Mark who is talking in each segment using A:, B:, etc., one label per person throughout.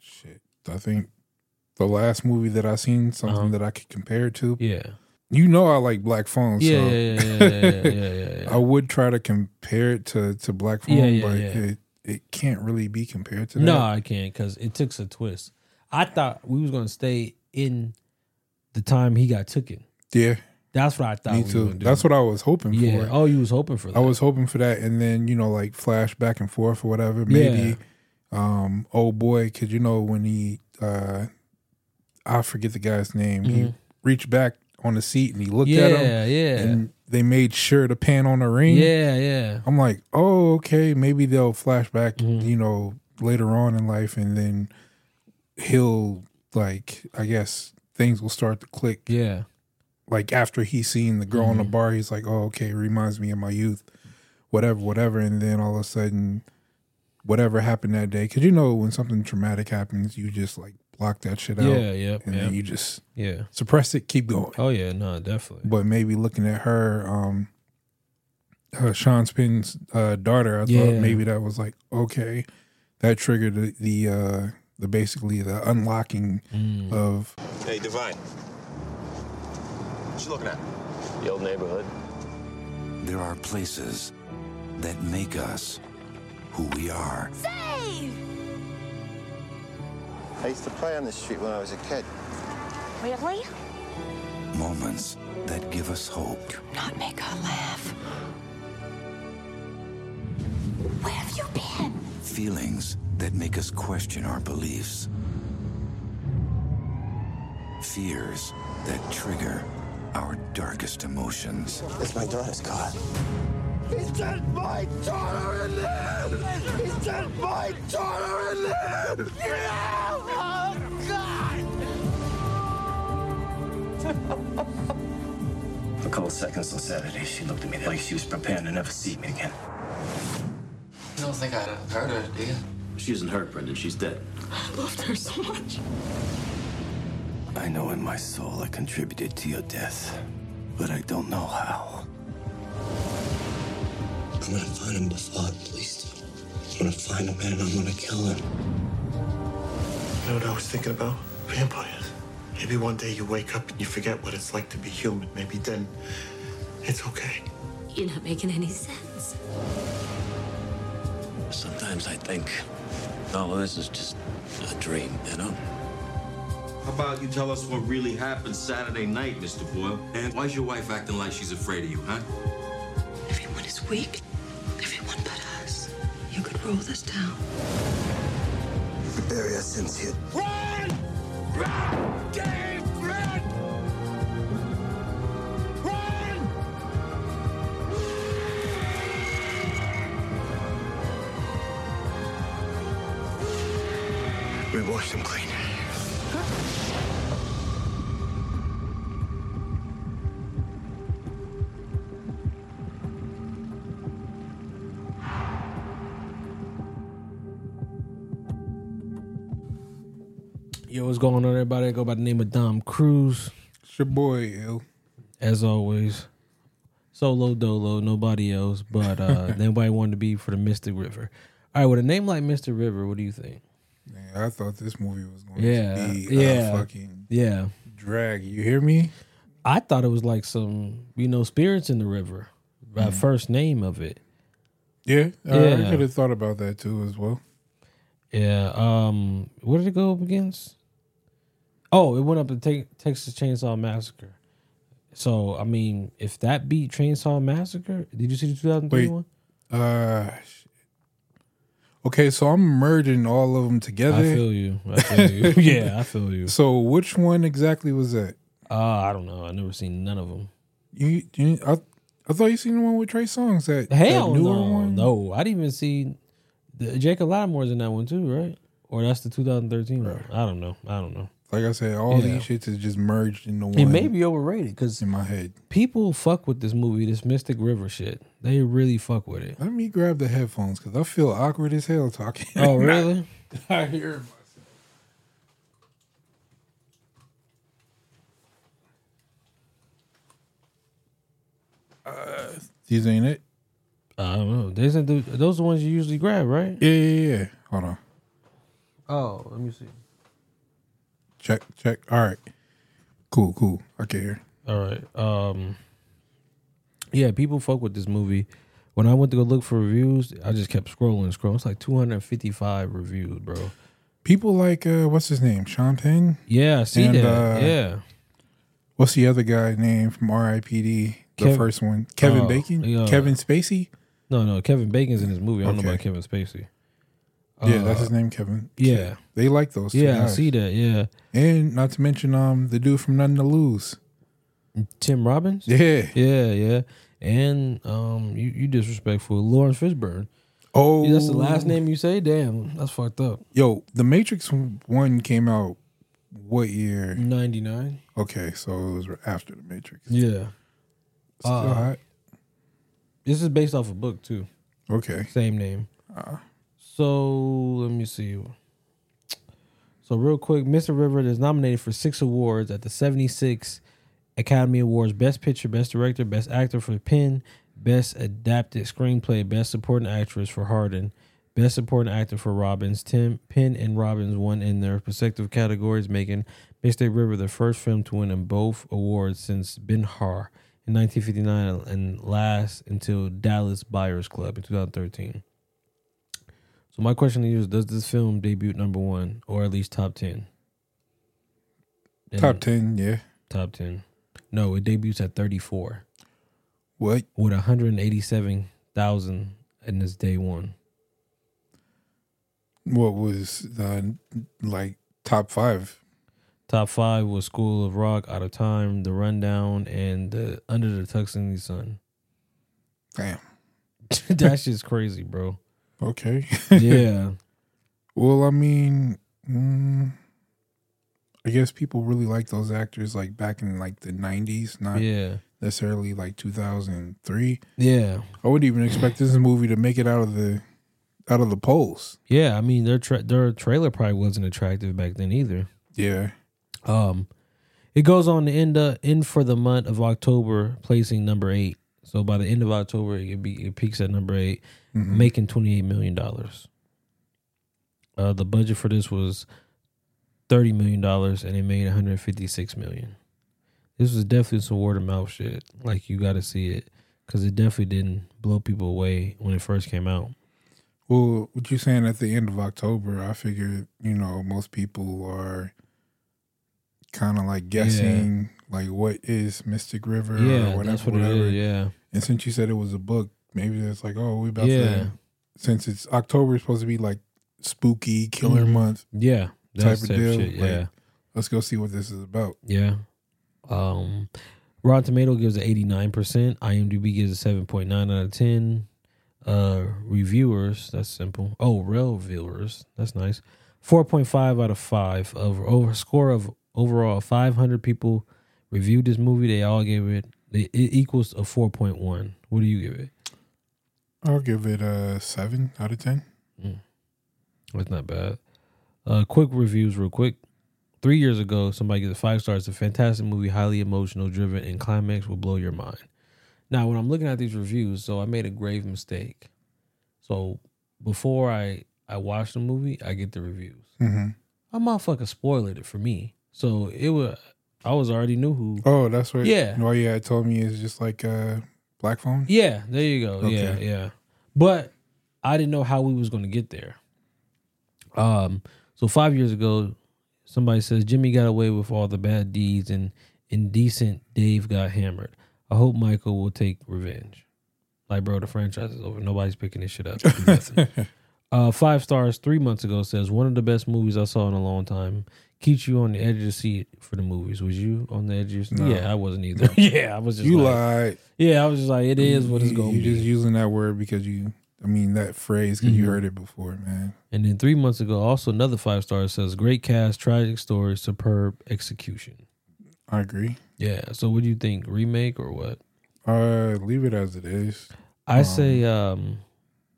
A: Shit. I think the last movie that I seen, something
B: Uh-huh.
A: that I could compare it to.
B: Yeah.
A: You know I like Black Phone,
B: Yeah,
A: so
B: yeah, yeah, yeah, yeah, yeah, yeah, yeah.
A: I would try to compare it to, to Black Phone,
B: Yeah, yeah,
A: but
B: yeah.
A: it it can't really be compared to that.
B: No, I can't because it took a twist. I thought we was gonna stay in the time he got taken.
A: Yeah,
B: That's what I thought.
A: me
B: we
A: too.
B: Were gonna do.
A: That's what I was hoping
B: Yeah.
A: for.
B: Oh, you was hoping for that.
A: I was hoping for that, and then you know, like flash back and forth or whatever. Maybe, um, oh boy, because you know when he, uh, I forget the guy's name. He reached back on the seat and he looked
B: Mm-hmm. Yeah.
A: at him,
B: yeah.
A: and they made sure to pan on the ring.
B: yeah. Yeah.
A: I'm like, oh okay, maybe they'll flash back,
B: Mm-hmm.
A: you know, later on in life, and then he'll like, I guess things will start to click.
B: Yeah. Mm-hmm.
A: like after he seen the girl on the bar, he's like, "Oh, okay, reminds me of my youth, whatever, whatever." And then all of a sudden, whatever happened that day, because you know when something traumatic happens, you just like block that shit out,
B: Yeah. Yep.
A: and
B: yep,
A: then you just
B: yeah.
A: suppress it, keep going.
B: Oh yeah. No, definitely.
A: But maybe looking at her, um, uh, Sean Penn's uh, daughter, I thought
B: Yeah.
A: maybe that was like, okay, that triggered the the, uh, the basically the unlocking
B: Mm.
A: of
C: Hey, Divine. What you looking at?
D: The old neighborhood.
E: There are places that make us who we are.
F: Save!
D: I used to play on this street when I was a kid.
F: Really?
E: Moments that give us hope.
F: Not make her laugh. Where have you been?
E: Feelings that make us question our beliefs. Fears that trigger our darkest emotions.
D: It's my daughter's car. He sent my daughter in there! He sent my daughter in there! Oh, God! A couple seconds on Saturday, she looked at me like she was preparing to never see me again.
G: You don't think I hurt her, do you?
D: She isn't hurt, Brendan. She's dead. I loved her so much. I know in my soul I contributed to your death, but I don't know how. I'm gonna find him before the police do. I'm gonna find him and I'm gonna kill him.
G: You know what I was thinking about? Vampires. Maybe one day you wake up and you forget what it's like to be human. Maybe then it's okay.
F: You're not making any sense.
D: Sometimes I think all of this is just a dream, you know?
C: How about you tell us what really happened Saturday night, Mr. Boyle? And why's your wife acting like she's afraid of you, huh?
H: Everyone is weak. Everyone but us. You could rule this town.
D: Bury our sins here. We wash them clean.
B: Yo, what's going on, everybody? I go by the name of Dom Cruz,
A: it's your boy. L.
B: as always. Solo dolo, nobody else, but uh nobody wanted to be for the Mystic River. All right, with a name like Mr. River, what do you think?
A: Yeah, I thought this movie was going
B: Yeah,
A: to be
B: yeah.
A: a fucking
B: Yeah.
A: drag. You hear me?
B: I thought it was like some, you know, spirits in the river. By first name of it.
A: Yeah, I- I
B: Yeah.
A: could have thought about that too as well.
B: Yeah. Um. What did it go up against? Oh, it went up to take Texas Chainsaw Massacre. So I mean, if that beat Chainsaw Massacre, did you see the 2003
A: Wait.
B: one?
A: Uh, sh- okay, so I'm merging all of them together.
B: feel you. I feel you. Yeah, I feel you.
A: So which one exactly was that?
B: Uh, I don't know. I never seen none of them.
A: You, you I, I thought you seen the one with Trey Songs that
B: Hell
A: that
B: no, no. I didn't even see the, Jacob Lattimore's in that one too, right? Or that's the 2013 one. I don't know. I don't know.
A: Like I said, all
B: Yeah.
A: these shits is just merged into one.
B: It may be overrated because
A: in my head.
B: people fuck with this movie, this Mystic River shit. They really fuck with it.
A: Let me grab the headphones because I feel awkward as hell talking.
B: Oh, really?
A: I hear. Uh, these ain't it.
B: I don't know. These are the, those are the ones you usually grab, right?
A: Yeah, yeah, yeah. Hold on.
B: Oh, let me see.
A: Check, check. All right. Cool, cool. I can hear.
B: All right. Um. Yeah, people fuck with this movie. When I went to go look for reviews, I just kept scrolling, scrolling. It's like 255 reviews, bro.
A: People like uh, what's his name, Sean Penn.
B: Yeah, I see
A: And,
B: that.
A: uh,
B: yeah.
A: What's the other guy name from R.I.P.D. The
B: Kev-
A: first one, Kevin
B: Oh,
A: Bacon,
B: yeah.
A: Kevin Spacey.
B: No, no, Kevin Bacon's in this movie. I don't know
A: Okay.
B: about Kevin Spacey.
A: yeah,
B: Uh,
A: that's his name, Kevin.
B: yeah.
A: they like those. two
B: Yeah, I
A: guys.
B: see that. Yeah.
A: And not to mention um the dude from Nothing to Lose.
B: Tim Robbins?
A: Yeah.
B: Yeah, yeah. And um you, you disrespectful. Lawrence Fishburne.
A: Oh,
B: Yeah, that's the last name you say? Damn, that's fucked up.
A: Yo, The Matrix One came out what year?
B: 99?
A: Okay, so it was after The Matrix.
B: Yeah.
A: Still
B: Uh,
A: hot.
B: This is based off a book too.
A: Okay.
B: Same name. So let me see. So real quick, Mr. River is nominated for six awards at the 76 Academy Awards: Best Picture, Best Director, Best Actor for Penn, Best Adapted Screenplay, Best Supporting Actress for Hardin, Best Supporting Actor for Robbins. Tim Penn and Robbins won in their respective categories, making Mr. River the first film to win in both awards since Ben Har in 1959 and last until Dallas Buyers Club in 2013. So my question to you is: Does this film debut number one or at least top ten?
A: Top ten, yeah.
B: Top ten. No, it debuts at thirty four
A: What?
B: with one hundred eighty seven thousand in this day one.
A: What was the like top five?
B: Top five was School of Rock, Out of Time, The Rundown, and the Under the Tuxedo Sun.
A: Damn.
B: that shit's crazy, bro.
A: Okay.
B: Yeah.
A: Well, I mean, mm, I guess people really like those actors like back in like the '90s, not
B: Yeah.
A: necessarily like 2003.
B: Yeah.
A: I wouldn't even expect this movie to make it out of the out of the polls.
B: Yeah, I mean their tra- their trailer probably wasn't attractive back then either.
A: Yeah.
B: Um, it goes on to end uh, end for the month of October, placing number eight. So by the end of October, it be it peaks at number 8
A: Mm-hmm.
B: making twenty eight million dollars. Uh, the budget for this was thirty million dollars, and it made one hundred fifty six million. This was definitely some word of mouth shit. Like you got to see it because it definitely didn't blow people away when it first came out.
A: Well, what you saying at the end of October? I figure you know most people are kind of like guessing like what is Mystic River
B: yeah,
A: or whatever.
B: that's what
A: whatever.
B: it is. Yeah,
A: And since you said it was a book, maybe it's like oh we about
B: Yeah.
A: to since it's October it's supposed to be like spooky killer
B: Mhm.
A: month.
B: yeah,
A: Type
B: that's
A: of
B: type,
A: deal,
B: shit.
A: like-
B: yeah.
A: Let's go see what this is about.
B: Yeah. Um Rotten Tomato gives it 89%. IMDb gives it 7.9 out of 10. Uh reviewers, that's simple. Oh, real viewers. That's nice. 4.5 out of 5 of over score of overall 500 people reviewed this movie. They all gave it it, it equals a 4.1. What do you give it?
A: I'll give it a seven out of ten.
B: That's not bad. Uh, quick reviews, real quick. Three years ago, somebody gives it five stars. It's a fantastic movie, highly emotional, driven, and climax will blow your mind. Now, when I'm looking at these reviews, so I made a grave mistake. So before I I watch the movie, I get the reviews.
A: Mhm.
B: I motherfucker spoiled it for me. So it was I was already knew who.
A: Oh, that's what.
B: Yeah.
A: Why you had told me is just like uh, Black Phone.
B: Yeah, there you go. Yeah,
A: Okay.
B: yeah. But I didn't know how we was gonna get there. Um, so five years ago, somebody says Jimmy got away with all the bad deeds and indecent Dave got hammered. I hope Michael will take revenge. Like, bro, the franchise is over. Nobody's picking this shit up. Do nothing. uh, five stars three months ago says one of the best movies I saw in a long time. Keeps you on the edge of your seat for the movies. Was you on the edge of your seat?
A: No.
B: Yeah, I wasn't either. yeah, I was just
A: you
B: like,
A: lied.
B: Yeah, I was just like, it is what it's
A: You-
B: gonna
A: you
B: be.
A: just using that word because you, I mean, that phrase because
B: Mhm.
A: you heard it before, man.
B: And then three months ago, also another five star says, "Great cast, tragic story, superb execution."
A: I agree.
B: Yeah. So, what do you think? Remake or what?
A: Uh, leave it as it is.
B: I
A: Um,
B: say, um,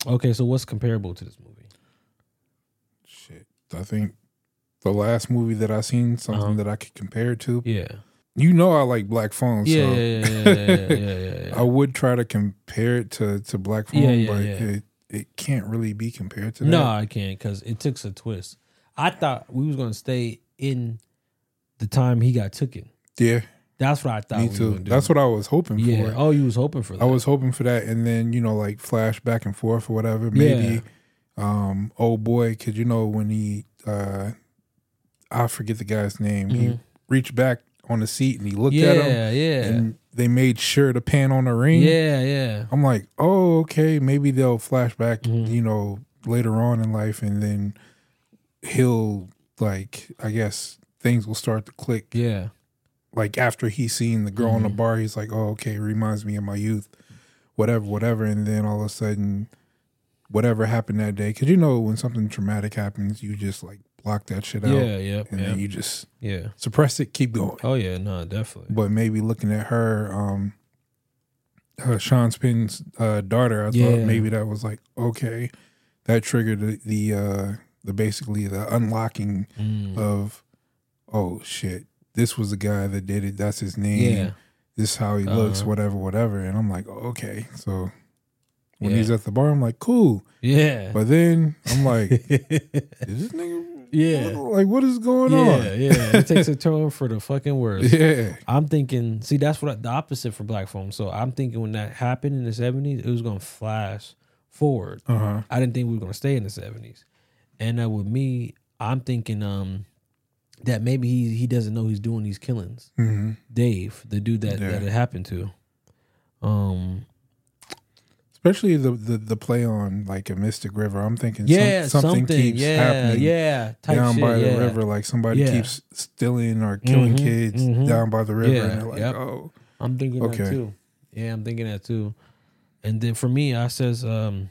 B: okay. So, what's comparable to this movie?
A: shit. I think the last movie that I seen, something
B: Uh-huh.
A: that I could compare it to.
B: Yeah.
A: You know I like Black Phone.
B: Yeah,
A: so
B: yeah, yeah, yeah, yeah, yeah, yeah, yeah.
A: I would try to compare it to to Black Phone,
B: Yeah, yeah,
A: but
B: yeah.
A: it it can't really be compared to that.
B: No, I can't because it took a twist. I thought we was gonna stay in the time he got taken.
A: Yeah.
B: That's what I thought.
A: Me
B: Oh, we
A: too.
B: Would do.
A: That's what I was hoping
B: Yeah.
A: for.
B: Oh, you was hoping for that.
A: I was hoping for that, and then you know, like flash back and forth or whatever. Maybe, um, oh boy, because you know when he, uh, I forget the guy's name. He
B: Mhm.
A: reached back on the seat and he looked at him.
B: Yeah, yeah.
A: And they made sure to pan on the ring.
B: Yeah, yeah.
A: I'm like, oh, okay, maybe they'll flash back,
B: Mm-hmm.
A: you know, later on in life, and then he'll like, I guess things will start to click.
B: Yeah. Mm-hmm.
A: Like after he's seen the girl on the bar, he's like, oh, okay, reminds me of my youth, whatever, whatever, and then all of a sudden, whatever happened that day, because you know when something traumatic happens, you just like block that shit out.
B: Yeah, yeah,
A: and
B: yeah.
A: then you just
B: Yeah.
A: suppress it, keep going
B: Oh yeah, no, definitely.
A: but maybe looking at her, um, uh, Sean Spinn's uh, daughter, I
B: Yeah.
A: thought maybe that was like okay, that triggered the the, uh, the basically the unlocking
B: Mm.
A: of oh shit, this was the guy that did it. That's his name.
B: Yeah.
A: This is how he looks,
B: Uh-huh.
A: whatever, whatever. And I'm like, okay, so. When
B: Yeah.
A: he's at the bar, I'm like, cool.
B: Yeah.
A: But then I'm like,
B: Yeah.
A: like, what is going on?
B: Yeah, yeah. It takes a turn for the fucking worse.
A: Yeah.
B: I'm thinking, see, that's what I, the opposite for Black Phone. So I'm thinking when that happened in the 70s, it was going to flash forward.
A: Uh-huh.
B: I didn't think we were going to stay in the 70s. And uh, with me, I'm thinking um, that maybe he, he doesn't know he's doing these killings.
A: Mhm.
B: Dave, the dude that,
A: Yeah.
B: that it happened to. Um,
A: especially the, the the play on like a mystic river. I'm thinking some-
B: Yeah,
A: something,
B: something.
A: keeps
B: Yeah,
A: happening.
B: yeah, type
A: down
B: shit,
A: by the
B: yeah.
A: river, like somebody
B: Yeah.
A: keeps stealing or killing
B: Mhm,
A: kids
B: mhm.
A: down by the river,
B: Yeah,
A: and they're like,
B: yep.
A: oh,
B: I'm thinking that
A: Okay.
B: too. Yeah, I'm thinking that too. And then for me, I says um,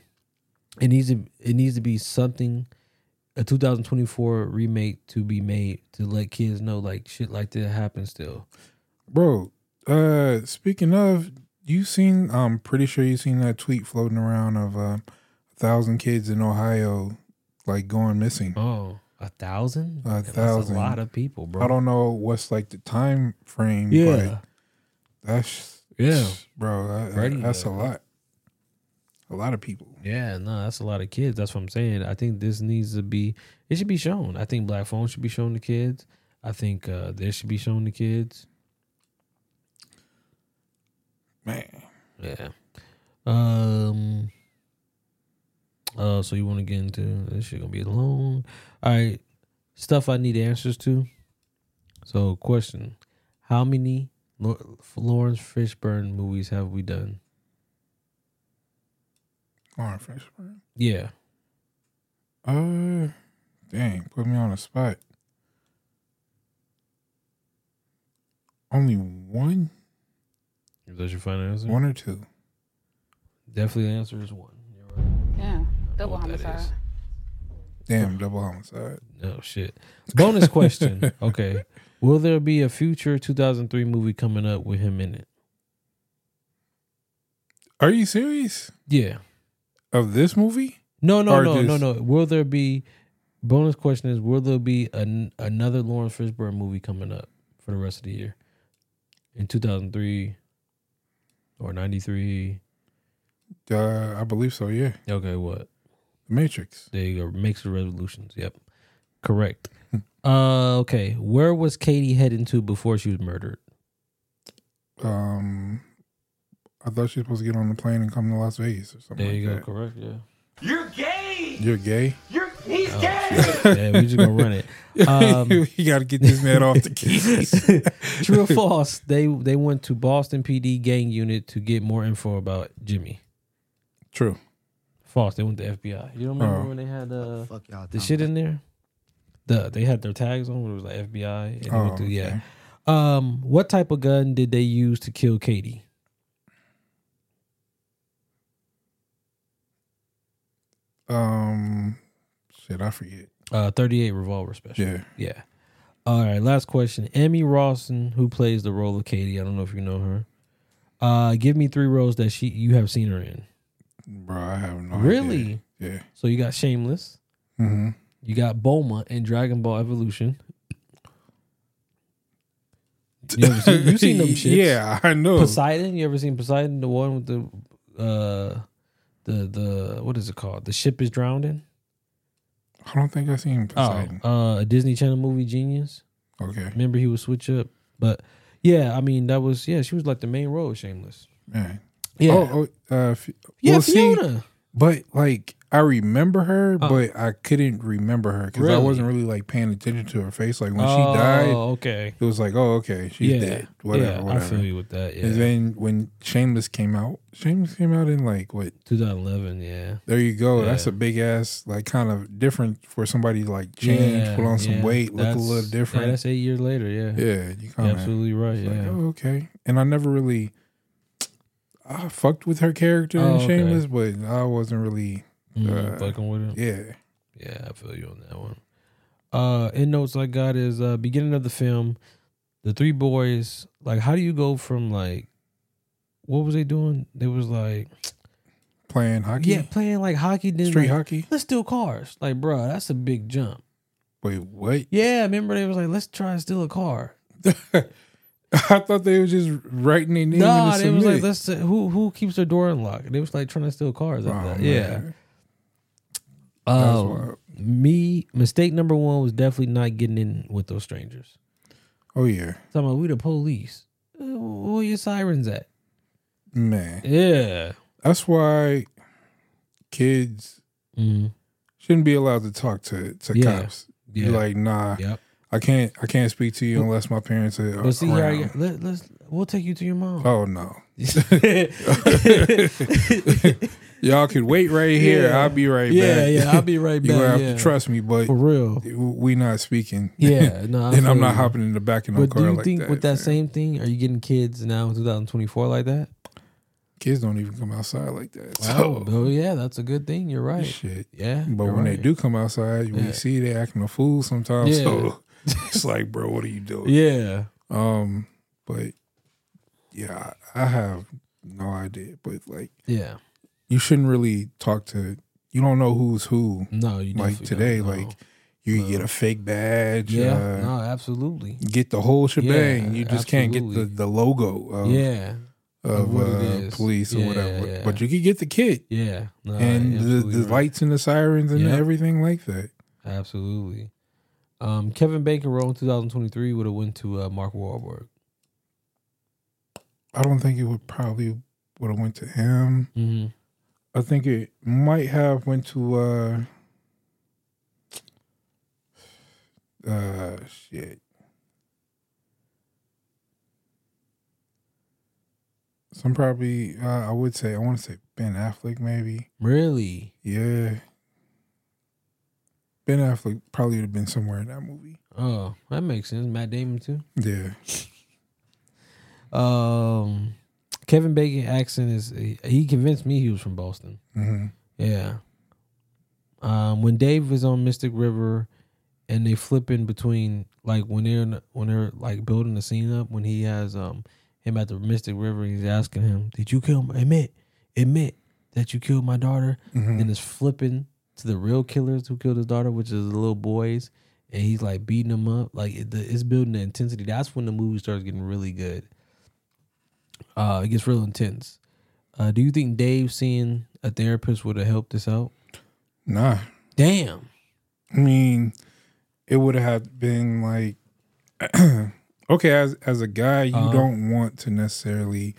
B: it needs to it needs to be something a 2024 remake to be made to let kids know like shit like that happens still.
A: bro. Uh, speaking of, you seen? I'm pretty sure you seen that tweet floating around of uh, a thousand kids in Ohio like going missing.
B: Oh, a thousand?
A: A
B: That's
A: thousand.
B: a lot of people, bro.
A: I don't know what's like the time frame,
B: Yeah.
A: but that's
B: Yeah.
A: bro. that-
B: Ready,
A: that's
B: though.
A: a lot. A lot of people.
B: Yeah, no, that's a lot of kids. That's what I'm saying. I think this needs to be. It should be shown. I think Black Phone should be shown to kids. I think uh this should be shown to kids.
A: Man.
B: Yeah. Um. Uh. So you want to get into this? Shit gonna be long. All right. Stuff I need answers to. So question: How many Lo- Lawrence Fishburne movies have we done?
A: Lauren Fishburne.
B: Yeah.
A: Uh, dang, put me on the spot. Only one,
B: Is that your final answer?
A: one or two.
B: Definitely the answer is one. You're right.
I: Yeah,
B: double What that homicide. is.
A: Damn, double homicide.
B: Oh shit. Bonus question. okay. Will there be a future 2003 movie coming up with him in it?
A: Are you serious?
B: Yeah.
A: Of this movie?
B: No, no,
A: Or
B: no, no,
A: just-
B: no. Will there be bonus question is will there be an, another Lawrence Fishburne movie coming up for the rest of the year in 2003 or 93?
A: Uh, I believe so. Yeah,
B: Okay, what?
A: The Matrix.
B: There you go. Makes the resolutions. Yep. Correct. uh okay. Where was Katie heading to before she was murdered?
A: Um, I thought she was supposed to get on the plane and come to Las Vegas or something.
B: There you
A: like
B: go. Correct. Yeah.
A: that. You're gay.
J: You're
I: He's
B: Oh,
I: gay.
B: shit. yeah, we just gonna run it. Um,
A: You gotta get this man off the keys.
B: true or false? They they went to Boston PD gang unit to get more info about Jimmy.
A: True.
B: False. They went to FBI. You don't remember
A: Oh.
B: when they had uh, the shit in there? The they had their tags on. Where it was like FBI. And they went
A: Oh,
B: through- Yeah. Um, what type of gun did they use to kill Katie?
A: Um, shit, I forget.
B: Uh, thirty-eight revolver special.
A: Yeah.
B: yeah. All right, last question. Emmy Rawson, who plays the role of Katie, I don't know if you know her. Uh, give me three roles that she you have seen her in.
A: Bro, I have no idea.
B: Really?
A: Yeah.
B: So you got Shameless.
A: Mhm.
B: You got Boma in Dragon Ball Evolution. You ever seen, you seen them shits?
A: Yeah, I know.
B: Poseidon. You ever seen Poseidon? The one with the uh, the the what is it called? The ship is drowning.
A: I don't think I've seen Poseidon.
B: Oh, uh, a Disney Channel movie Genius.
A: Okay.
B: Remember he would switch up, but yeah, I mean that was yeah. She was like the main role, of Shameless.
A: Man.
B: Yeah.
A: Oh, oh, uh, F-
B: Yeah,
A: well, see,
B: Fiona.
A: but like I remember her,
B: Oh.
A: but I couldn't remember her because I
B: Really?
A: wasn't really like paying attention to her face. Like when
B: Oh,
A: she died,
B: okay.
A: it was like, oh, okay, she's
B: Yeah.
A: dead. Whatever,
B: Yeah, I
A: whatever.
B: feel you with that, yeah.
A: And then when Shameless came out, Shameless came out in like what
B: 2011. Yeah.
A: There you go.
B: Yeah.
A: That's a big ass, like kind of different for somebody to like change,
B: Yeah,
A: put on some
B: yeah.
A: weight, look a
B: That's-
A: little different.
B: yeah, that's eight years later. Yeah.
A: Yeah, you
B: You're
A: kinda-
B: absolutely right.
A: it's
B: Yeah.
A: like, oh, okay. And I never really, I fucked with her character
B: Oh,
A: in
B: okay.
A: Shameless, but I wasn't really
B: Mm,
A: uh,
B: fucking with him.
A: Yeah.
B: Yeah, I feel you on that one. Uh end notes I got is uh beginning of the film, the three boys, like how do you go from like what was they doing? They was like
A: playing hockey.
B: Yeah, playing like hockey then
A: Street
B: like,
A: hockey?
B: Let's steal cars. Like, bruh, that's a big jump.
A: Wait, what?
B: Yeah, remember they was like, let's try and steal a car.
A: I thought they were just writing their name.
B: No,
A: in the
B: they was like,
A: submit.
B: let's who who keeps their door unlocked? And they was like trying to steal cars after
A: Oh,
B: that.
A: man.
B: Yeah.
A: That's
B: Um, me mistake number one was definitely not getting in with those strangers.
A: Oh yeah,
B: talking about we the police. Uh, Where your sirens at?
A: man.
B: Yeah,
A: that's why kids shouldn't be allowed to talk to to
B: Mm-hmm. Yeah.
A: cops. You're
B: Yeah.
A: like, nah,
B: Yep.
A: I can't, I can't speak to you unless my parents are
B: But see, here I
A: around.
B: go. Let, let's we'll take you to your mom.
A: Oh no. Y'all could wait right here.
B: Yeah.
A: I'll be right
B: Yeah,
A: back.
B: yeah, I'll be right
A: you gonna
B: back,
A: have
B: yeah.
A: to trust me, but
B: For real.
A: we not speaking.
B: Yeah, no, I
A: and
B: feel
A: I'm not
B: you.
A: hopping in the back of no
B: But
A: car
B: do you
A: like
B: think
A: that.
B: with that same thing, are you getting kids now in 2024 like that?
A: Kids don't even come outside like that.
B: Oh,
A: So
B: oh yeah, that's a good thing. You're right.
A: shit.
B: Yeah,
A: But
B: you're
A: when they
B: right.
A: do come outside, we
B: Yeah.
A: see they acting a fool sometimes.
B: Yeah.
A: So it's like, bro, what are you doing?
B: Yeah.
A: Um, but yeah, I I have no idea. But like
B: Yeah.
A: you shouldn't really talk to you don't know who's who.
B: No, you
A: like
B: definitely
A: today,
B: don't know.
A: like you get a fake badge.
B: Yeah,
A: uh,
B: no, absolutely.
A: Get the whole shebang.
B: Yeah,
A: you just can't get
B: absolutely.
A: the, the logo of
B: Yeah,
A: of,
B: of what
A: uh,
B: it is.
A: police or
B: Yeah,
A: whatever.
B: yeah. Uh,
A: But you could get the kit.
B: Yeah, no,
A: and
B: you're
A: the,
B: absolutely
A: the
B: right.
A: lights and the sirens and
B: Yeah.
A: everything like that.
B: Absolutely. Um, Kevin Bacon role in 2023 would have went to uh, Mark Wahlberg.
A: I don't think it would probably would have went to him.
B: Mhm.
A: I think it might have went to uh uh shit. Some probably uh, I would say I want to say Ben Affleck maybe.
B: Really?
A: Yeah. Ben Affleck probably would have been somewhere in that movie.
B: Oh, that makes sense. Matt Damon too.
A: Yeah.
B: Um, Kevin Bacon accent is he, he convinced me he was from Boston.
A: Mhm.
B: Yeah. Um, when Dave is on Mystic River, and they flipping between like when they're in, when they're like building the scene up when he has um him at the Mystic River, he's asking him, "Did you kill? My, admit, admit that you killed my daughter."
A: Mhm.
B: And it's flipping to the real killers who killed his daughter, which is the little boys, and he's like beating them up. Like it, the, it's building the intensity. That's when the movie starts getting really good. Uh, it gets real intense. Uh, do you think Dave seeing a therapist would have helped this out?
A: Nah.
B: Damn.
A: I mean, it would have been like okay, as as a guy, you
B: Uh-huh.
A: don't want to necessarily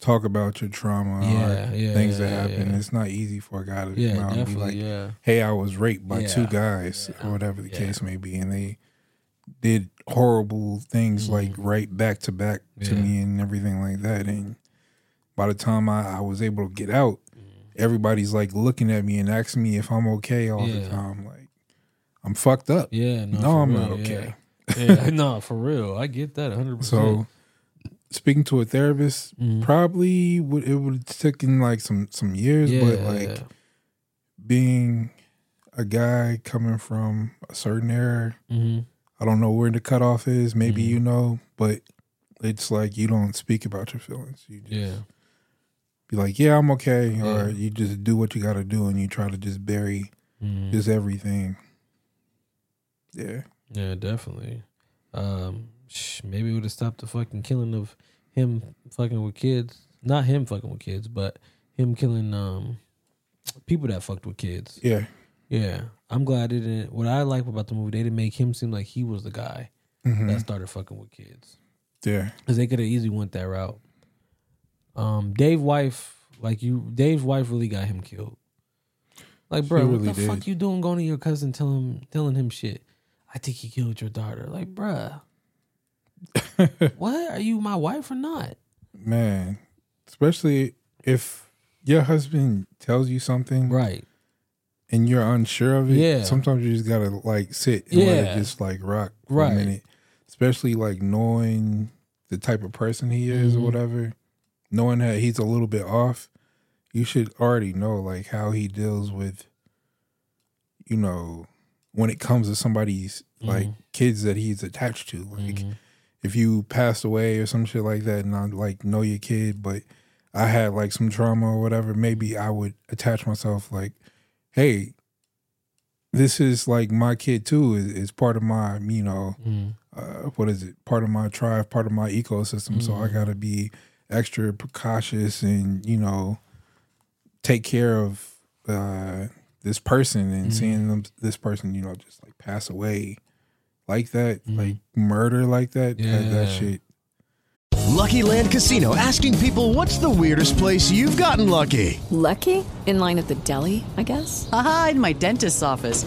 A: talk about your trauma
B: Yeah,
A: or
B: yeah,
A: things
B: yeah,
A: that happen.
B: yeah.
A: It's not easy for a guy to
B: Yeah,
A: come out and be like,
B: definitely, yeah.
A: hey, I was raped by two
B: Yeah,
A: guys or whatever the case may be. And they did horrible things like right back to back to
B: Mm-hmm. Yeah.
A: me and everything like that. And by the time I, I was able to get out,
B: Mm.
A: everybody's like looking at me and asking me if I'm okay all the
B: Yeah.
A: time. Like, I'm fucked up.
B: Yeah, no,
A: no,
B: for
A: I'm
B: real,
A: not
B: yeah.
A: okay.
B: yeah, no, for real. I get that 100%.
A: So, speaking to a therapist
B: Mm-hmm.
A: probably would it would have taken like some some years, but
B: Yeah.
A: like being a guy coming from a certain era,
B: Mhm.
A: I don't know where the cutoff is. Maybe
B: Mm-hmm.
A: you know, but it's like you don't speak about your feelings. You just
B: Yeah.
A: be like, "Yeah, I'm okay," or you just do what you got to do and you try to just bury
B: Mhm.
A: just everything. Yeah.
B: Yeah, definitely. Um, sh- maybe it would have stopped the fucking killing of him fucking with kids. Not him fucking with kids, but him killing um people that fucked with kids.
A: Yeah.
B: Yeah. I'm glad it didn't. What I like about the movie, they didn't make him seem like he was the guy
A: Mhm.
B: that started fucking with kids.
A: Yeah.
B: Because they could have easily went that route. Um, Dave wife, like you, Dave's wife really got him killed. Like,
A: She
B: bro,
A: really
B: what the fuck
A: did.
B: you doing going to your cousin telling him telling him shit? I think he killed your daughter. Like, bruh. what? Are you my wife or not?
A: man especially if your husband tells you something
B: right
A: and you're unsure of it
B: Yeah.
A: sometimes you just gotta like sit and let
B: Yeah.
A: it just like rock for
B: Right.
A: a minute especially like knowing the type of person he is
B: Mhm.
A: or whatever knowing that he's a little bit off you should already know like how he deals with you know when it comes to somebody's like
B: Mhm.
A: kids that he's attached to like
B: Mm-hmm.
A: if you passed away or some shit like that and I like know your kid, but I had like some trauma or whatever, maybe I would attach myself like, hey, this is like my kid too. Is is part of my, you know, uh, what is it? Part of my tribe, part of my ecosystem. So I gotta be extra precautious and, you know, take care of uh this person and seeing them this person, you know, just like pass away like that, like murder like that, that,
I: Yeah.
A: that shit.
I: Lucky Land Casino asking people what's the weirdest place you've gotten lucky?
J: Lucky? In line at the deli, I guess? Aha, in my dentist's office.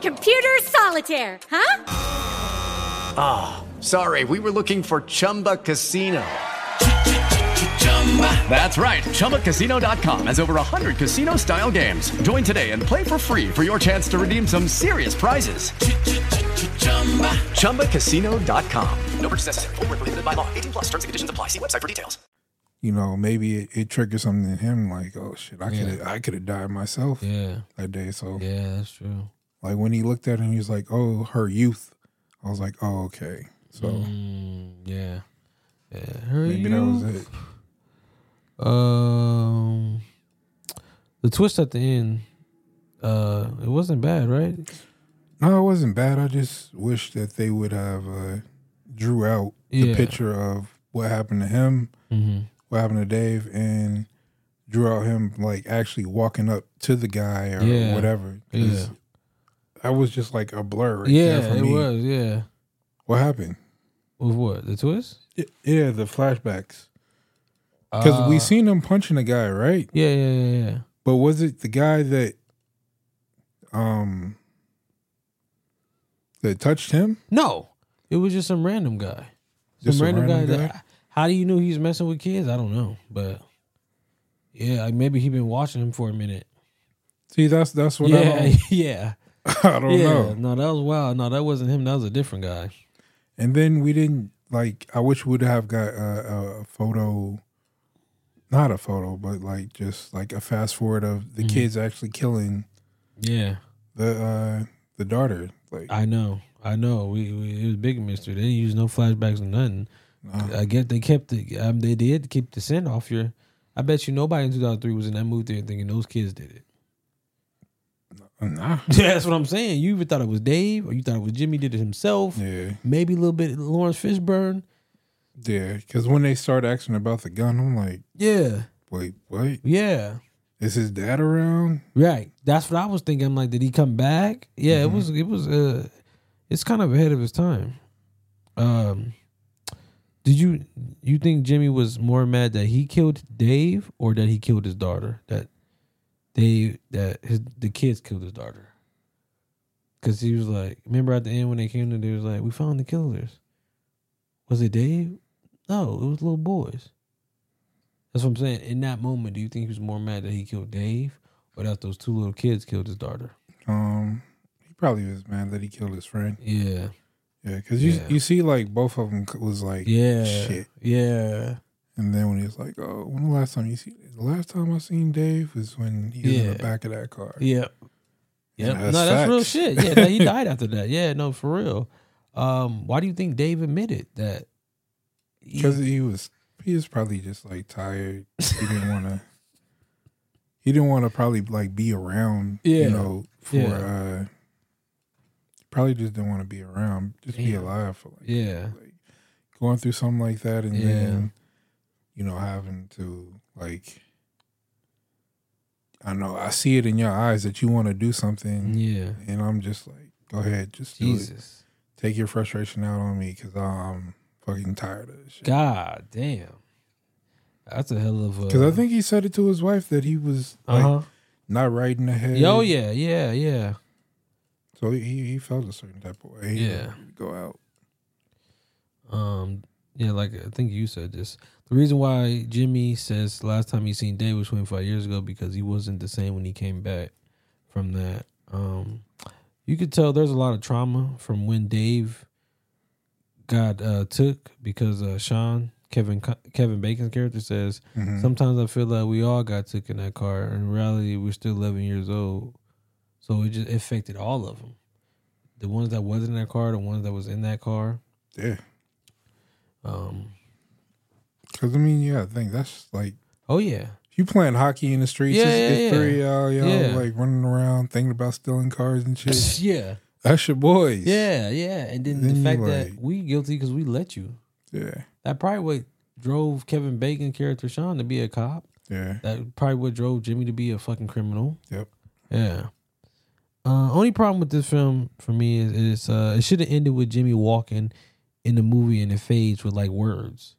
F: Computer solitaire, huh?
K: Ah, sorry, we were looking for Chumba Casino. That's right, ChumbaCasino.com has over 100 casino style games. Join today and play for free for your chance to redeem some serious prizes. ChumbaCasino.com. No purchase necessary. Void where prohibited by law. 18 plus terms and conditions apply. See website for details.
A: You know, maybe it, it triggers something in him like, oh shit, I could
B: Yeah.
A: I could have died myself.
B: Yeah.
A: That day. So
B: Yeah, that's true.
A: like when he looked at him, he was like, Oh, her youth. I was like, Oh, okay. So
B: Mm. yeah. Yeah.
A: maybe that was it.
B: Um, the twist at the end, uh, it wasn't bad, right?
A: No, it wasn't bad. I just wish that they would have uh, drew out the
B: Yeah.
A: picture of what happened to him,
B: Mhm.
A: what happened to Dave, and drew out him like actually walking up to the guy or
B: Yeah.
A: whatever. 'Cause That was just like a blur. Right
B: yeah,
A: there for
B: it
A: me.
B: was. Yeah.
A: What happened?
B: With what the twist?
A: Yeah, the flashbacks. Because
B: Uh,
A: we seen him punching a guy, right?
B: Yeah, yeah, yeah, yeah.
A: But was it the guy that, um, that touched him?
B: No, it was just some random guy. Some
A: Just a
B: random,
A: random
B: guy, That, how do you know he's messing with kids? I don't know, but yeah, like maybe he been watching him for a minute.
A: See, that's that's what I
B: yeah,
A: don't-
B: yeah.
A: I don't know.
B: No, that was wild. No, that wasn't him. That was a different guy.
A: And then we didn't like. I wish we would have got a, a photo, not a photo, but like just like a fast forward of the
B: Mhm.
A: kids actually killing
B: Yeah,
A: the uh the daughter. Like
B: I know, I know. We, we it was a big mystery. They didn't use no flashbacks or nothing. I get they kept the um, they did keep the scent off your. I bet you nobody in 2003 was in that movie theater thinking those kids did it.
A: Nah.
B: Yeah, that's what I'm saying. You either thought it was Dave or you thought it was Jimmy did it himself.
A: Yeah.
B: Maybe a little bit Lawrence Fishburne.
A: Yeah, because when they start asking about the gun, I'm like,
B: Yeah.
A: wait, what?
B: Yeah.
A: Is his dad around?
B: Right. That's what I was thinking. I'm like, did he come back? Yeah, it was it was uh it's kind of ahead of his time. Um did you you think Jimmy was more mad that he killed Dave or that he killed his daughter? That they that his the kids killed his daughter. Cause he was like, remember at the end when they came to, they was like, we found the killers. Was it Dave? No, it was little boys. That's what I'm saying. In that moment, do you think he was more mad that he killed Dave or that those two little kids killed his daughter?
A: Um, he probably was mad that he killed his friend.
B: Yeah.
A: Yeah, because you
B: Yeah.
A: you see, like both of them was like,
B: Yeah.
A: shit,
B: yeah.
A: And then when he was like, oh, when the last time you see, the last time I seen Dave was when he was in
B: Yeah.
A: the back of that car.
B: Yeah.
A: And
B: Yeah.
A: that's
B: no, that's real
A: facts.
B: shit. Yeah, that he died after that. Yeah, no, for real. Um, why do you think Dave admitted that?
A: Because he was he was probably just like tired. He didn't want to. He didn't want to probably like be around.
B: Yeah.
A: You know for.
B: Yeah.
A: uh Probably just didn't want to be around. Just be alive for like
B: Yeah.
A: going through something like that, and
B: Yeah.
A: then you know having to like. I know I see it in your eyes that you want to do something.
B: Yeah.
A: And I'm just like, go ahead, just do
B: Jesus.
A: it. Take your frustration out on me because I'm fucking tired of this shit.
B: God damn. That's a hell of a
A: Because I think he said it to his wife that he was like,
B: Uh-huh.
A: not right in the head.
B: Yo, yeah, yeah, yeah.
A: So he, he felt a certain type of way. He
B: Yeah.
A: didn't Go out.
B: Um, yeah, like I think you said this. The reason why Jimmy says last time he seen Dave was 25 years ago because he wasn't the same when he came back from that. Um, you could tell there's a lot of trauma from when Dave got uh, took because uh, Sean Kevin Kevin Bacon's character says
L: Mhm.
B: sometimes I feel like we all got took in that car. In reality, we're still 11 years old, so it just affected all of them. The ones that wasn't in that car, the ones that was in that car.
A: Yeah.
B: Um,
A: Because, I mean, yeah, I think that's like.
B: Oh, yeah.
A: If you playing hockey in the streets,
B: Yeah,
A: it's,
B: yeah,
A: it's
B: yeah.
A: three of y'all, y'all
B: Yeah.
A: like running around thinking about stealing cars and shit.
B: Yeah.
A: That's your boys.
B: Yeah, yeah. And then,
A: Then
B: the
A: you
B: fact
A: like-
B: that we guilty because we let you.
A: Yeah.
B: That probably what drove Kevin Bacon character Sean to be a cop.
A: Yeah.
B: That probably what drove Jimmy to be a fucking criminal.
A: Yep.
B: Yeah. Uh, only problem with this film for me is, is uh, it should have ended with Jimmy walking in the movie and it fades with like words.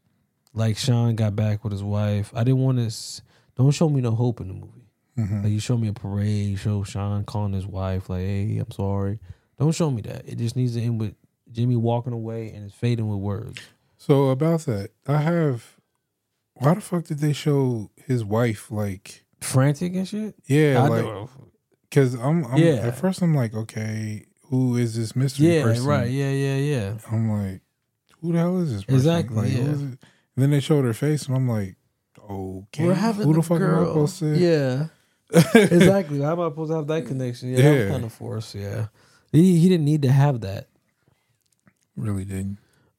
B: Like Sean got back with his wife. I didn't want to. S- don't show me no hope in the movie.
A: Mhm.
B: Like you show me a parade, you show Sean calling his wife, like, "Hey, I'm sorry." Don't show me that. It just needs to end with Jimmy walking away and it's fading with words.
A: So about that, I have. Why the fuck did they show his wife like
B: frantic and shit?
A: Yeah,
B: I
A: like
B: know.
A: because I'm, I'm
B: Yeah.
A: at first I'm like, okay, who is this mystery
B: Yeah,
A: person?
B: right. Yeah, yeah, yeah.
A: I'm like, who the hell is this person?
B: Exactly,
A: Like, who
B: yeah.
A: is it? And then they showed her face, and I'm like, okay,
B: We're having
A: who the,
B: the
A: fuck am I
B: girl.
A: supposed to?
B: Yeah. exactly. How am I supposed to have that connection? Yeah, that
A: Yeah.
B: was kind of forced. Yeah, he, he didn't need to have that.
A: Really didn't.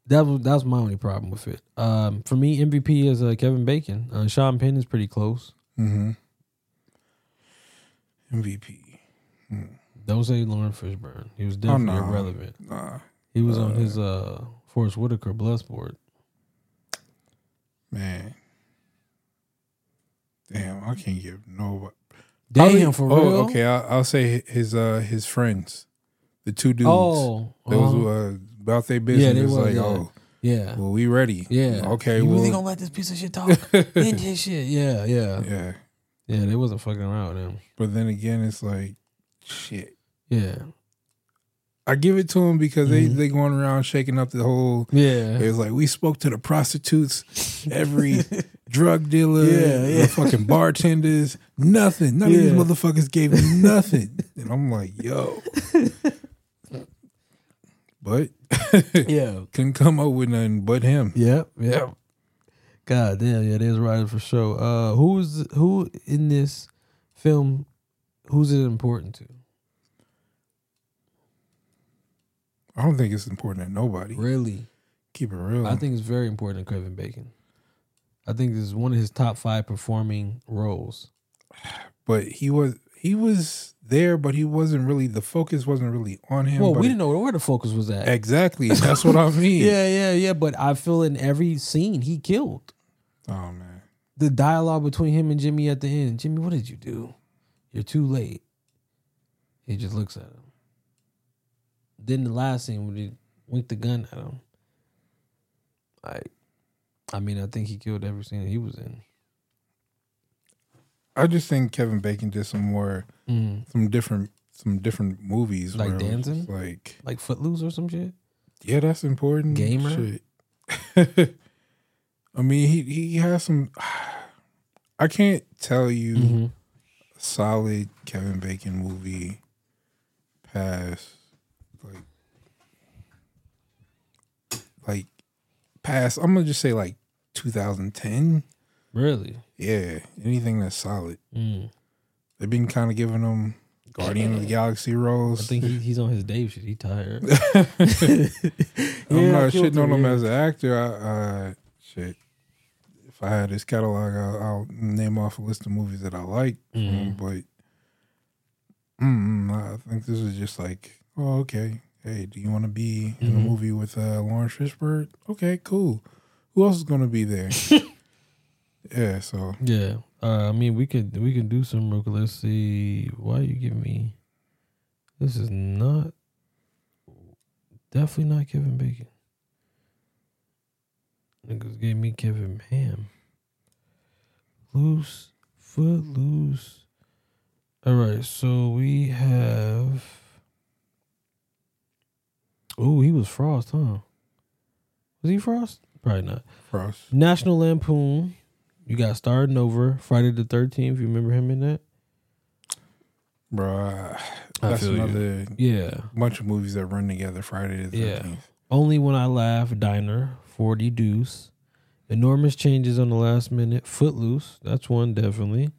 B: That was that was my only problem with it. Um, for me, MVP is uh, Kevin Bacon. Uh, Sean Penn is pretty close.
A: Mm-hmm. MVP.
B: Don't say Lauren Fishburne. He was definitely
A: Oh, no.
B: irrelevant.
A: Nah.
B: He was on his uh Forrest Whitaker Bloodsport.
A: Man. Damn, I can't give no.
B: Damn, for real?
A: oh, Okay, I, I'll say his uh his friends, the two dudes.
B: Oh,
A: that was
B: uh-huh.
A: uh, about their business.
B: they
A: It's
B: was,
A: like,
B: yeah.
A: oh,
B: Yeah.
A: Well, we ready.
B: Yeah.
A: Okay.
B: You
A: well,
B: really gonna let this piece of shit talk? End his shit. Yeah, yeah,
A: yeah.
B: Yeah, they wasn't fucking around with him.
A: But then again, it's like, shit.
B: Yeah.
A: I give it to them because they they going around shaking up the whole.
B: Mm-hmm. Yeah.
A: It was like we spoke to the prostitutes, every drug dealer,
B: Yeah, yeah.
A: the fucking bartenders, nothing. None of these
B: Yeah.
A: motherfuckers gave me nothing, and I'm like, yo. But
B: yeah,
A: couldn't come up with nothing but him.
B: Yep, yep. God damn, yeah, they was riding for sure. Uh, who's who in this film? Who's it important to?
A: I don't think it's important to nobody.
B: Really?
A: Keep it real.
B: I think it's very important to Kevin Bacon. I think this is one of his top five performing roles.
A: But he was he was there, but he wasn't really the focus wasn't really on him.
B: well,
A: but-
B: we didn't know where the focus was at.
A: Exactly. That's what I mean.
B: yeah, yeah, yeah. But I feel in every scene he killed.
A: Oh man.
B: The dialogue between him and Jimmy at the end. Jimmy, what did you do? You're too late. He just looks at him. Then the last scene when he winked the gun at him. I I mean, I think he killed every scene he was in.
A: I just think Kevin Bacon did some more
B: Mhm.
A: some different some different movies
B: Like
A: where it was
B: Danzen?
A: just like
B: Like Footloose or some shit.
A: yeah, that's important.
B: Gamer?
A: Shit. I mean, he he has some. I can't tell you
B: Mm-hmm.
A: a solid Kevin Bacon movie past like like past. I'm gonna just say like 2010.
B: Really?
A: Yeah, anything that's solid.
B: Mm.
A: They've been kind of giving them Guardian of the Galaxy roles.
B: I think he, he's on his Dave shit. He tired.
A: I'm
B: Yeah, I
A: not
B: killed
A: shitting on
B: him,
A: him
B: yeah.
A: as an actor. I, I shit. If I had his catalog, I'll, I'll name off a list of movies that I like. from him,
B: Mm.
A: But mm, mm, I think this is just like, oh, okay. Hey, do you want to be in a
B: Mhm.
A: movie with uh, Lawrence Fishburne? Okay, cool. Who else is going to be there? yeah, so
B: Yeah. Uh, I mean, we could we can do some real quick. Let's see. Why you give me? This is not definitely not Kevin Bacon. Niggas gave me Kevin Ham. Loose foot loose. All right, so we have. Oh, he was Frost, huh? Was he Frost? Probably not.
A: Frost.
B: National Lampoon. You got starting over Friday the Thirteenth. You remember him in that?
A: bro, I-
B: I
A: that's
B: feel you.
A: another
B: Yeah.
A: bunch of movies that run together. Friday the 13th.
B: Yeah. Only when I laugh. Diner. Forty Deuce. Enormous changes on the last minute. Footloose. That's one definitely.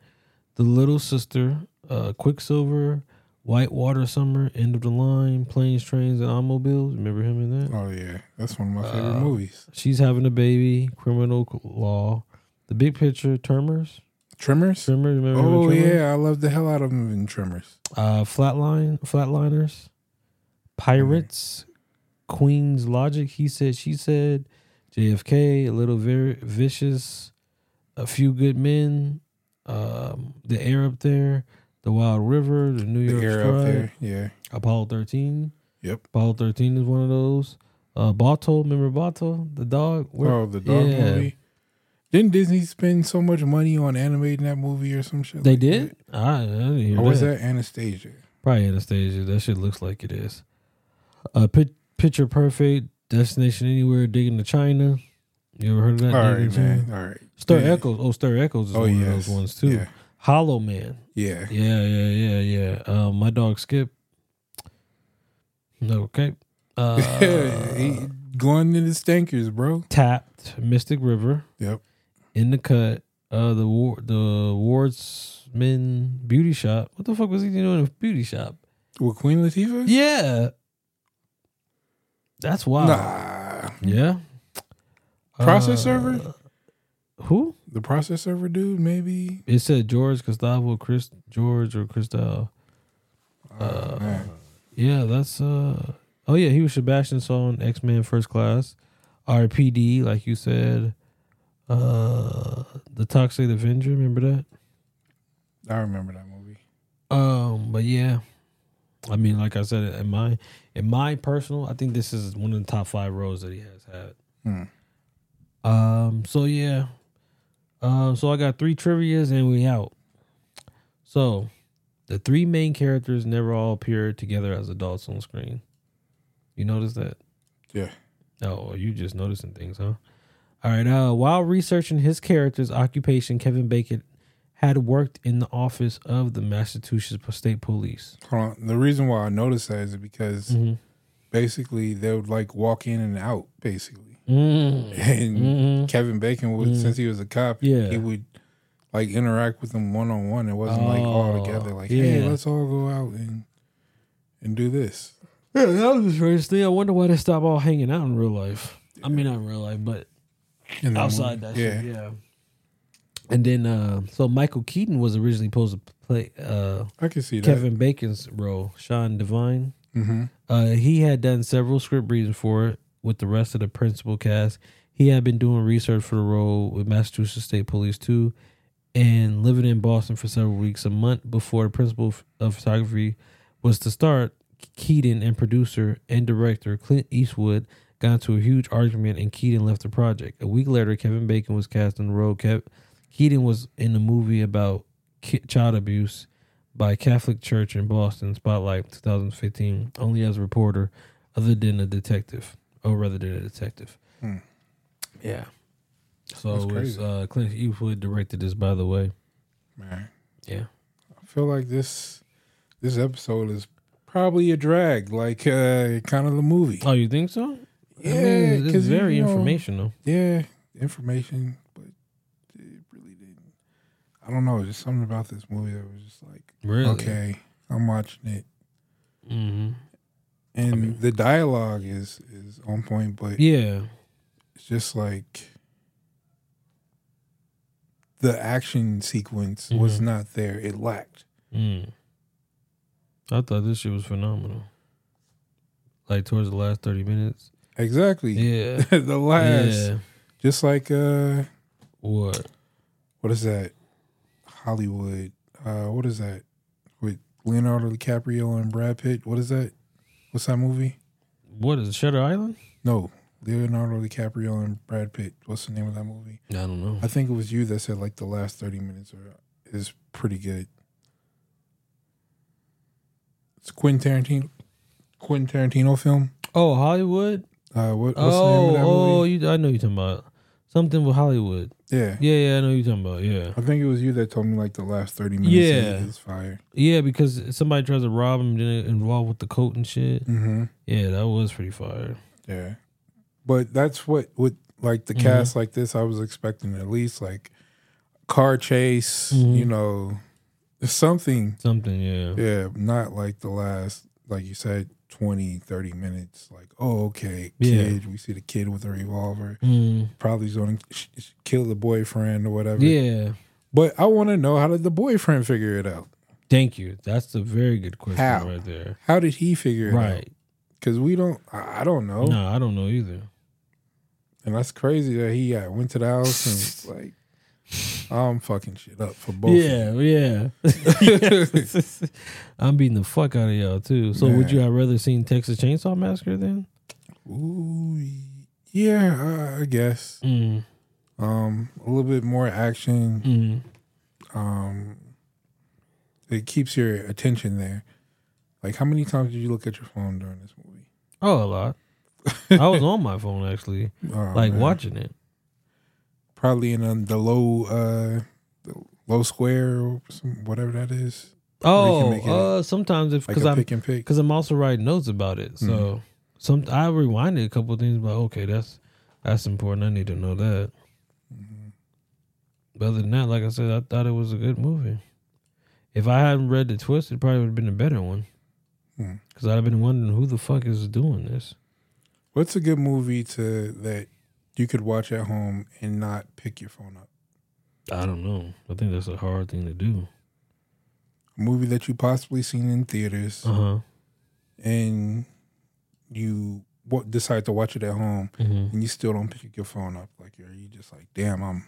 B: The Little Sister. Uh, Quicksilver. Whitewater Summer. End of the Line. Planes, Trains, and Automobiles. Remember him in that?
A: Oh yeah, that's one of my favorite
B: Uh,
A: movies.
B: She's having a baby. Criminal Law. The Big Picture. Tremors.
A: Tremors.
B: Tremors. Remember him in
A: Oh
B: Tremors?
A: yeah, I love the hell out of him in Tremors.
B: uh flatline flatliners pirates queen's logic he said she said jfk a little very vicious a few good men um the air up there the wild river the new
A: The
B: york
A: Air Up
B: Strike,
A: There, yeah.
B: apollo 13
A: Yep.
B: apollo 13 is one of those uh bato remember bato the dog Where-
A: oh, the dog
B: Yeah.
A: movie. Didn't Disney spend so much money on animating that movie or some shit?
B: they
A: like
B: did Ah, I, I didn't
A: That?
B: hear
A: Or was
B: that.
A: that Anastasia?
B: Probably Anastasia. That shit looks like it is. Uh, pi- picture perfect. Destination anywhere. Digging to China. You ever heard of that?
A: All
B: Digging
A: right,
B: to China?
A: man. All right.
B: Stir
A: Yeah.
B: Echoes. Oh, Stir Echoes is
A: Oh,
B: one of
A: yes.
B: those ones too.
A: Yeah.
B: Hollow Man.
A: Yeah.
B: Yeah, yeah, yeah, yeah. Um, my dog Skip. Okay. Uh,
A: He- going into stankers, bro.
B: Tapped. Mystic River.
A: Yep.
B: In the cut. Uh, the war, the wardsman beauty shop. What the fuck was he doing in a beauty shop?
A: With Queen Latifah?
B: Yeah. That's wild.
A: Nah.
B: Yeah.
A: Process
B: Uh,
A: server?
B: Who?
A: The process server dude, maybe?
B: It said George Gustavo, Chris George or Cristal.
A: Oh,
B: Uh, yeah, that's uh. Oh yeah, he was Sebastian Saw in X Men First Class, RPD, like you said. Uh, the Toxic Avenger, remember that?
A: I remember that movie.
B: Um, but yeah, I mean, like I said, in my in my personal, I think this is one of the top five roles that he has had. Um, so yeah, um, so I got three trivia's and we out. So, the three main characters never all appear together as adults on screen. You notice that?
A: Yeah.
B: Oh, you just noticing things, huh? All right. Uh, while researching his character's occupation, Kevin Bacon had worked in the office of the Massachusetts State Police.
A: Hold on. The reason why I noticed that is because
B: Mhm.
A: basically they would like walk in and out, basically.
B: Mm.
A: And
B: Mhm.
A: Kevin Bacon would,
B: Mm.
A: since he was a cop,
B: Yeah.
A: he would like interact with them one on one. It wasn't like all
B: Oh,
A: together. Like, hey,
B: yeah.
A: let's all go out and and do this.
B: Yeah, that was strange thing. I wonder why they stopped all hanging out in real life. I mean, not in real life, but
A: In the
B: outside
A: movie,
B: that shit. Yeah. And then, uh, so Michael Keaton was originally supposed to play. Uh,
A: I can see that.
B: Kevin Bacon's role, Sean Devine.
A: Mhm.
B: Uh, he had done several script readings for it with the rest of the principal cast. He had been doing research for the role with Massachusetts State Police too, and living in Boston for several weeks. A month before the principal of photography was to start, Keaton and producer and director Clint Eastwood got into a huge argument, and Keaton left the project. A week later, Kevin Bacon was cast in the role. Kev- Keaton was in the movie about ki- child abuse by Catholic Church in Boston, Spotlight 2015, only as a reporter, other than a detective, or rather than a detective.
A: Hmm.
B: Yeah. So
A: That's
B: it's,
A: crazy.
B: uh, Clint Eastwood directed this, by the way.
A: Man.
B: Yeah.
A: I feel like this this episode is probably a drag, like uh kind of the movie.
B: Oh, you think so?
A: Yeah,
B: mean, it's
A: 'cause, you
B: very
A: know,
B: informational.
A: Yeah, information, but it really didn't. I don't know. Just something about this movie that was just like,
B: Really?
A: okay, I'm watching it,
B: Mm-hmm.
A: and the dialogue is is on point, but
B: Yeah.
A: it's just like the action sequence was
B: Mhm.
A: not there. It lacked.
B: Mm. I thought this shit was phenomenal. Like towards the last 30 minutes.
A: Exactly.
B: Yeah.
A: the last,
B: Yeah.
A: just like uh,
B: what?
A: What is that? Hollywood. Uh, what is that with Leonardo DiCaprio and Brad Pitt? What is that? What's that movie?
B: What is it, Shutter Island?
A: No, Leonardo DiCaprio and Brad Pitt. What's the name of that movie?
B: I don't know.
A: I think it was you that said like the last thirty minutes are is pretty good. It's Quentin Tarantino. Quentin Tarantino film.
B: Oh, Hollywood?
A: Uh, what, what's the
B: oh,
A: name of that
B: oh,
A: movie?
B: you, I know you're talking about something with Hollywood.
A: Yeah.
B: yeah, yeah. I know you're talking about. Yeah,
A: I think it was you that told me like the last thirty minutes.
B: yeah,
A: is fire.
B: Yeah, because somebody tries to rob him, then involved with the coat and shit.
A: Mhm.
B: Yeah, that was pretty fire.
A: Yeah. But that's what with like the
B: Mhm.
A: cast like this, I was expecting at least like car chase,
B: Mhm.
A: you know, something.
B: Something, yeah.
A: Yeah, not like the last, like you said, 20, 30 minutes. Like, oh, okay,
B: Yeah.
A: kid. We see the kid with a revolver.
B: Mm.
A: Probably going to kill the boyfriend or whatever.
B: Yeah.
A: But I want to know how did the boyfriend figure it out?
B: Thank you. That's a very good question
A: How?
B: right there.
A: How did he figure it out?
B: Right.
A: Because we don't, I I don't know.
B: No, I don't know either.
A: And that's crazy that he uh, went to the house and was like, I'm fucking shit up for both. of you."
B: yeah, yeah. I'm beating the fuck out of y'all too. So would
A: Man.
B: you have rather seen Texas Chainsaw Massacre then?
A: Ooh, yeah, I, I guess. Um,
B: Mm.
A: a little bit more action. Um, it keeps your attention there. Like, how many times did you look at your phone during this movie?
B: Oh, a lot. I was on my phone actually,
A: Oh,
B: like
A: man.
B: watching it.
A: Probably in um, the low, uh, the low square or some, whatever that is. Where you can
B: Oh,
A: make it
B: uh, sometimes if
A: like
B: because
A: a
B: I'm
A: pick and pick.
B: because I'm also writing notes about it. So
A: Mhm.
B: some I rewinded a couple of things, but okay, that's that's important. I need to know that.
A: Mm-hmm.
B: But other than that, like I said, I thought it was a good movie. If I hadn't read the twist, it probably would have been a better one.
A: Hmm.
B: Because I'd have been wondering who the fuck is doing this.
A: What's a good movie to that you could watch at home and not pick your phone up?
B: I don't know. I think that's a hard thing to do.
A: A movie that you possibly seen in theaters,
B: Uh-huh.
A: and you wa- decide to watch it at home,
B: Mhm.
A: and you still don't pick your phone up. Like you're, you just like, damn, I'm,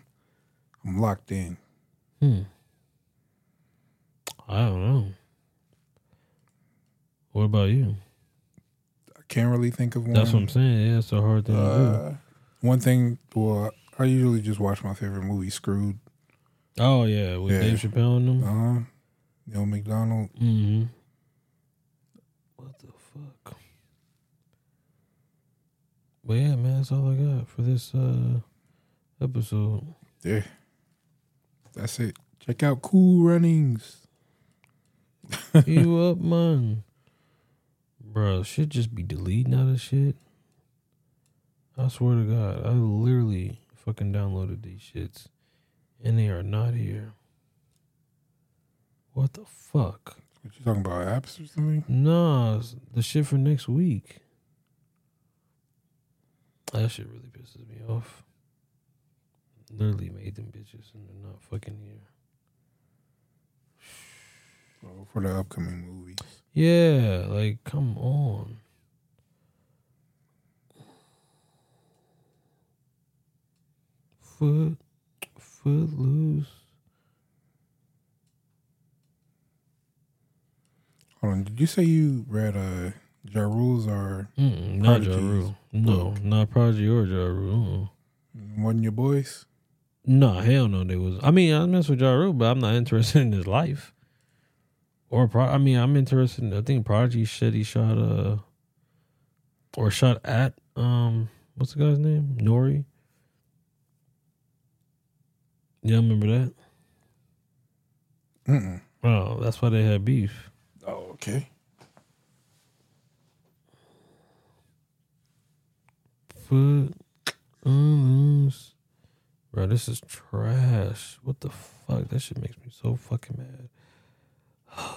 A: I'm locked in.
B: Hmm. I don't know. What about you?
A: I can't really think of one.
B: That's what I'm saying. Yeah, it's a hard thing to
A: Mm. Uh, one thing, well, I usually just watch my favorite movie, Screwed.
B: do. Oh yeah, with
A: yeah.
B: Dave Chappelle and them.
A: Uh-huh. Neil McDonald.
B: Mm-hmm. But yeah, man, that's all I got for this uh episode.
A: Yeah. That's it. Check out Cool Runnings.
B: you up, man? Bro, shit just be deleting out of shit. I swear to God, I literally fucking downloaded these shits, and they are not here. What the fuck?
A: What you talking about? Apps or something?
B: Nah, it's the shit for next week. That shit really pisses me off. Literally made them bitches and they're not fucking here.
A: Oh, for the upcoming movie.
B: Yeah, like come on. Foot footloose.
A: Hold on, did you say you read uh Ja Rule's uh, or
B: Mm, not Ja
A: Prodigy's
B: Rule. No,
A: book?
B: not Prodigy or Ja Rule. uh-uh.
A: Wasn't your boys?
B: No, hell no, they was. I mean, I mess with Ja Rule, but I'm not interested in his life. Or Pro- I mean, I'm interested. In, I think Prodigy shit he shot uh, or shot at um, what's the guy's name? Nori. Yeah, I remember that.
A: Mm-mm.
B: Oh, that's why they had beef.
A: Oh, okay.
B: Foot loose. Mm-hmm. Bro, this is trash. What the fuck? That shit makes me so fucking mad.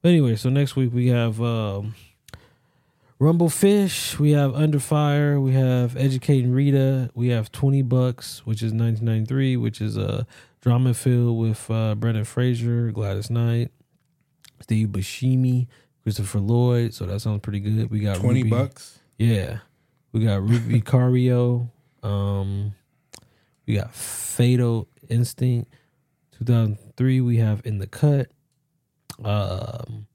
B: But anyway, so next week we have um, Rumble Fish, we have Under Fire, we have Educating Rita, we have 20 Bucks, which is 1993, which is a drama filled with uh, Brendan Fraser, Gladys Knight, Steve Buscemi, Christopher Lloyd. So that sounds pretty good. We got
A: 20
B: Ruby-
A: Bucks?
B: Yeah. We got Ruby Cario. Um, we got Fatal Instinct. 2003, we have In the Cut. Um,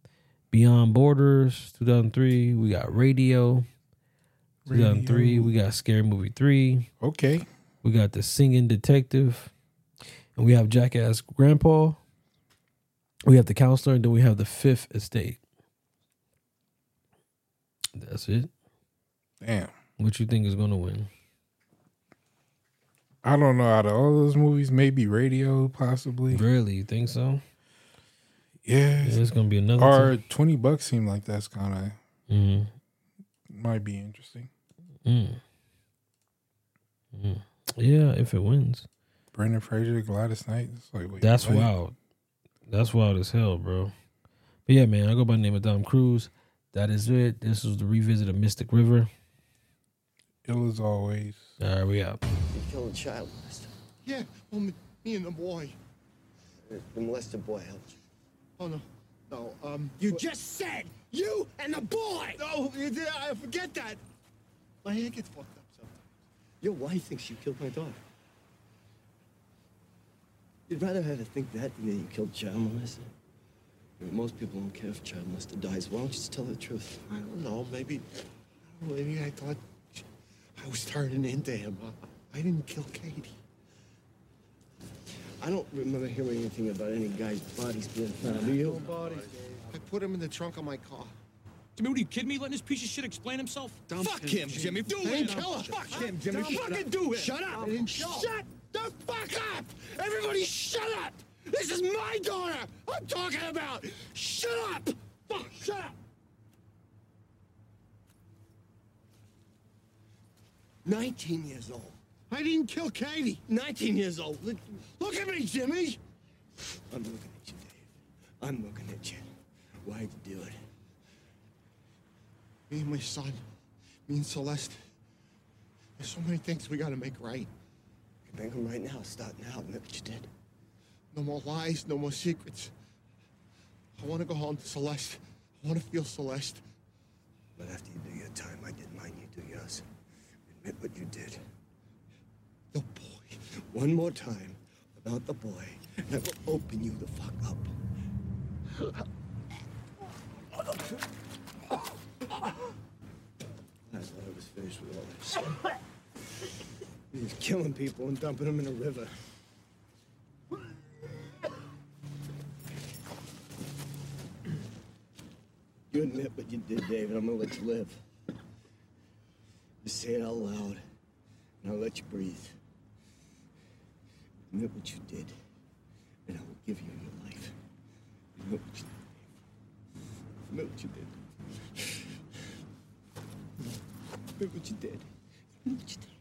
B: Beyond Borders, 2003. We got Radio, 2003. We got Scary Movie 3.
A: Okay.
B: We got The Singing Detective. And we have Jackass Grandpa. We have The Counselor. And then we have The Fifth Estate. That's it.
A: Damn.
B: What you think is going to win?
A: I don't know. Out of all those movies, maybe Radio, possibly.
B: Really, you think so?
A: Yeah,
B: Yeah, it's gonna be another
A: Or twenty bucks seem like that's kind
B: of Mhm.
A: might be interesting.
B: Mm. Mm. Yeah, if it wins.
A: Brendan Fraser, Gladys Knight. It's like wait,
B: That's
A: what?
B: wild. That's wild as hell, bro. But yeah, man, I go by the name of Dom Cruz. That is it. This was the revisit of Mystic River.
A: Ill as always.
B: All right, we out.
L: You killed a child.
G: Yeah, well, me, me and the boy.
L: The molested boy helped you.
G: Oh no, no. Um, you just said you and the boy. No, you did. I forget that. My hand gets fucked up sometimes.
L: Your wife thinks you killed my daughter. You'd rather have her think that than that you killed child molester. I mean, most people don't care if child molester dies. Why don't you just tell her the truth?
G: I don't know. Maybe, maybe I thought I was turning into him. I, I didn't kill Katie.
L: I don't remember hearing anything about any guy's bodies being found. Do you?
G: I put him in the trunk of my car.
M: Jimmy, what are you kidding me? Letting this piece of shit explain himself? Fuck him, Jimmy. Do
G: I
M: it.
G: didn't kill her.
M: Fuck him, Jimmy.
G: Dumb.
M: Fucking
G: Shut up.
M: do it.
G: Shut up. I didn't kill.
M: Shut the fuck up. Everybody, shut up. This is my daughter. I'm talking about. Shut up. Fuck. Shut up.
G: Nineteen years old. I didn't kill Katie. Nineteen years old. Look, look at me, Jimmy.
L: I'm looking at you, Dave. I'm looking at you. Why'd you do it?
G: Me and my son, me and Celeste. There's so many things we gotta make right.
L: You can make them right now. Start now. Look what you did.
G: No more lies, no more secrets. I wanna go home to Celeste. I wanna feel Celeste.
L: But after you do your time, I did mine, you do yours. Admit what you did. The boy. One more time about the boy, and I will open you the fuck up. I thought I was finished with all this. He was killing people and dumping them in the river. You admit what you did, Dave, and I'm gonna let you live. Just say it out loud, and I'll let you breathe. Admit what you did, and I will give you your life. Admit what you did. Dave. Admit what you did. Admit what you did. Admit what you did.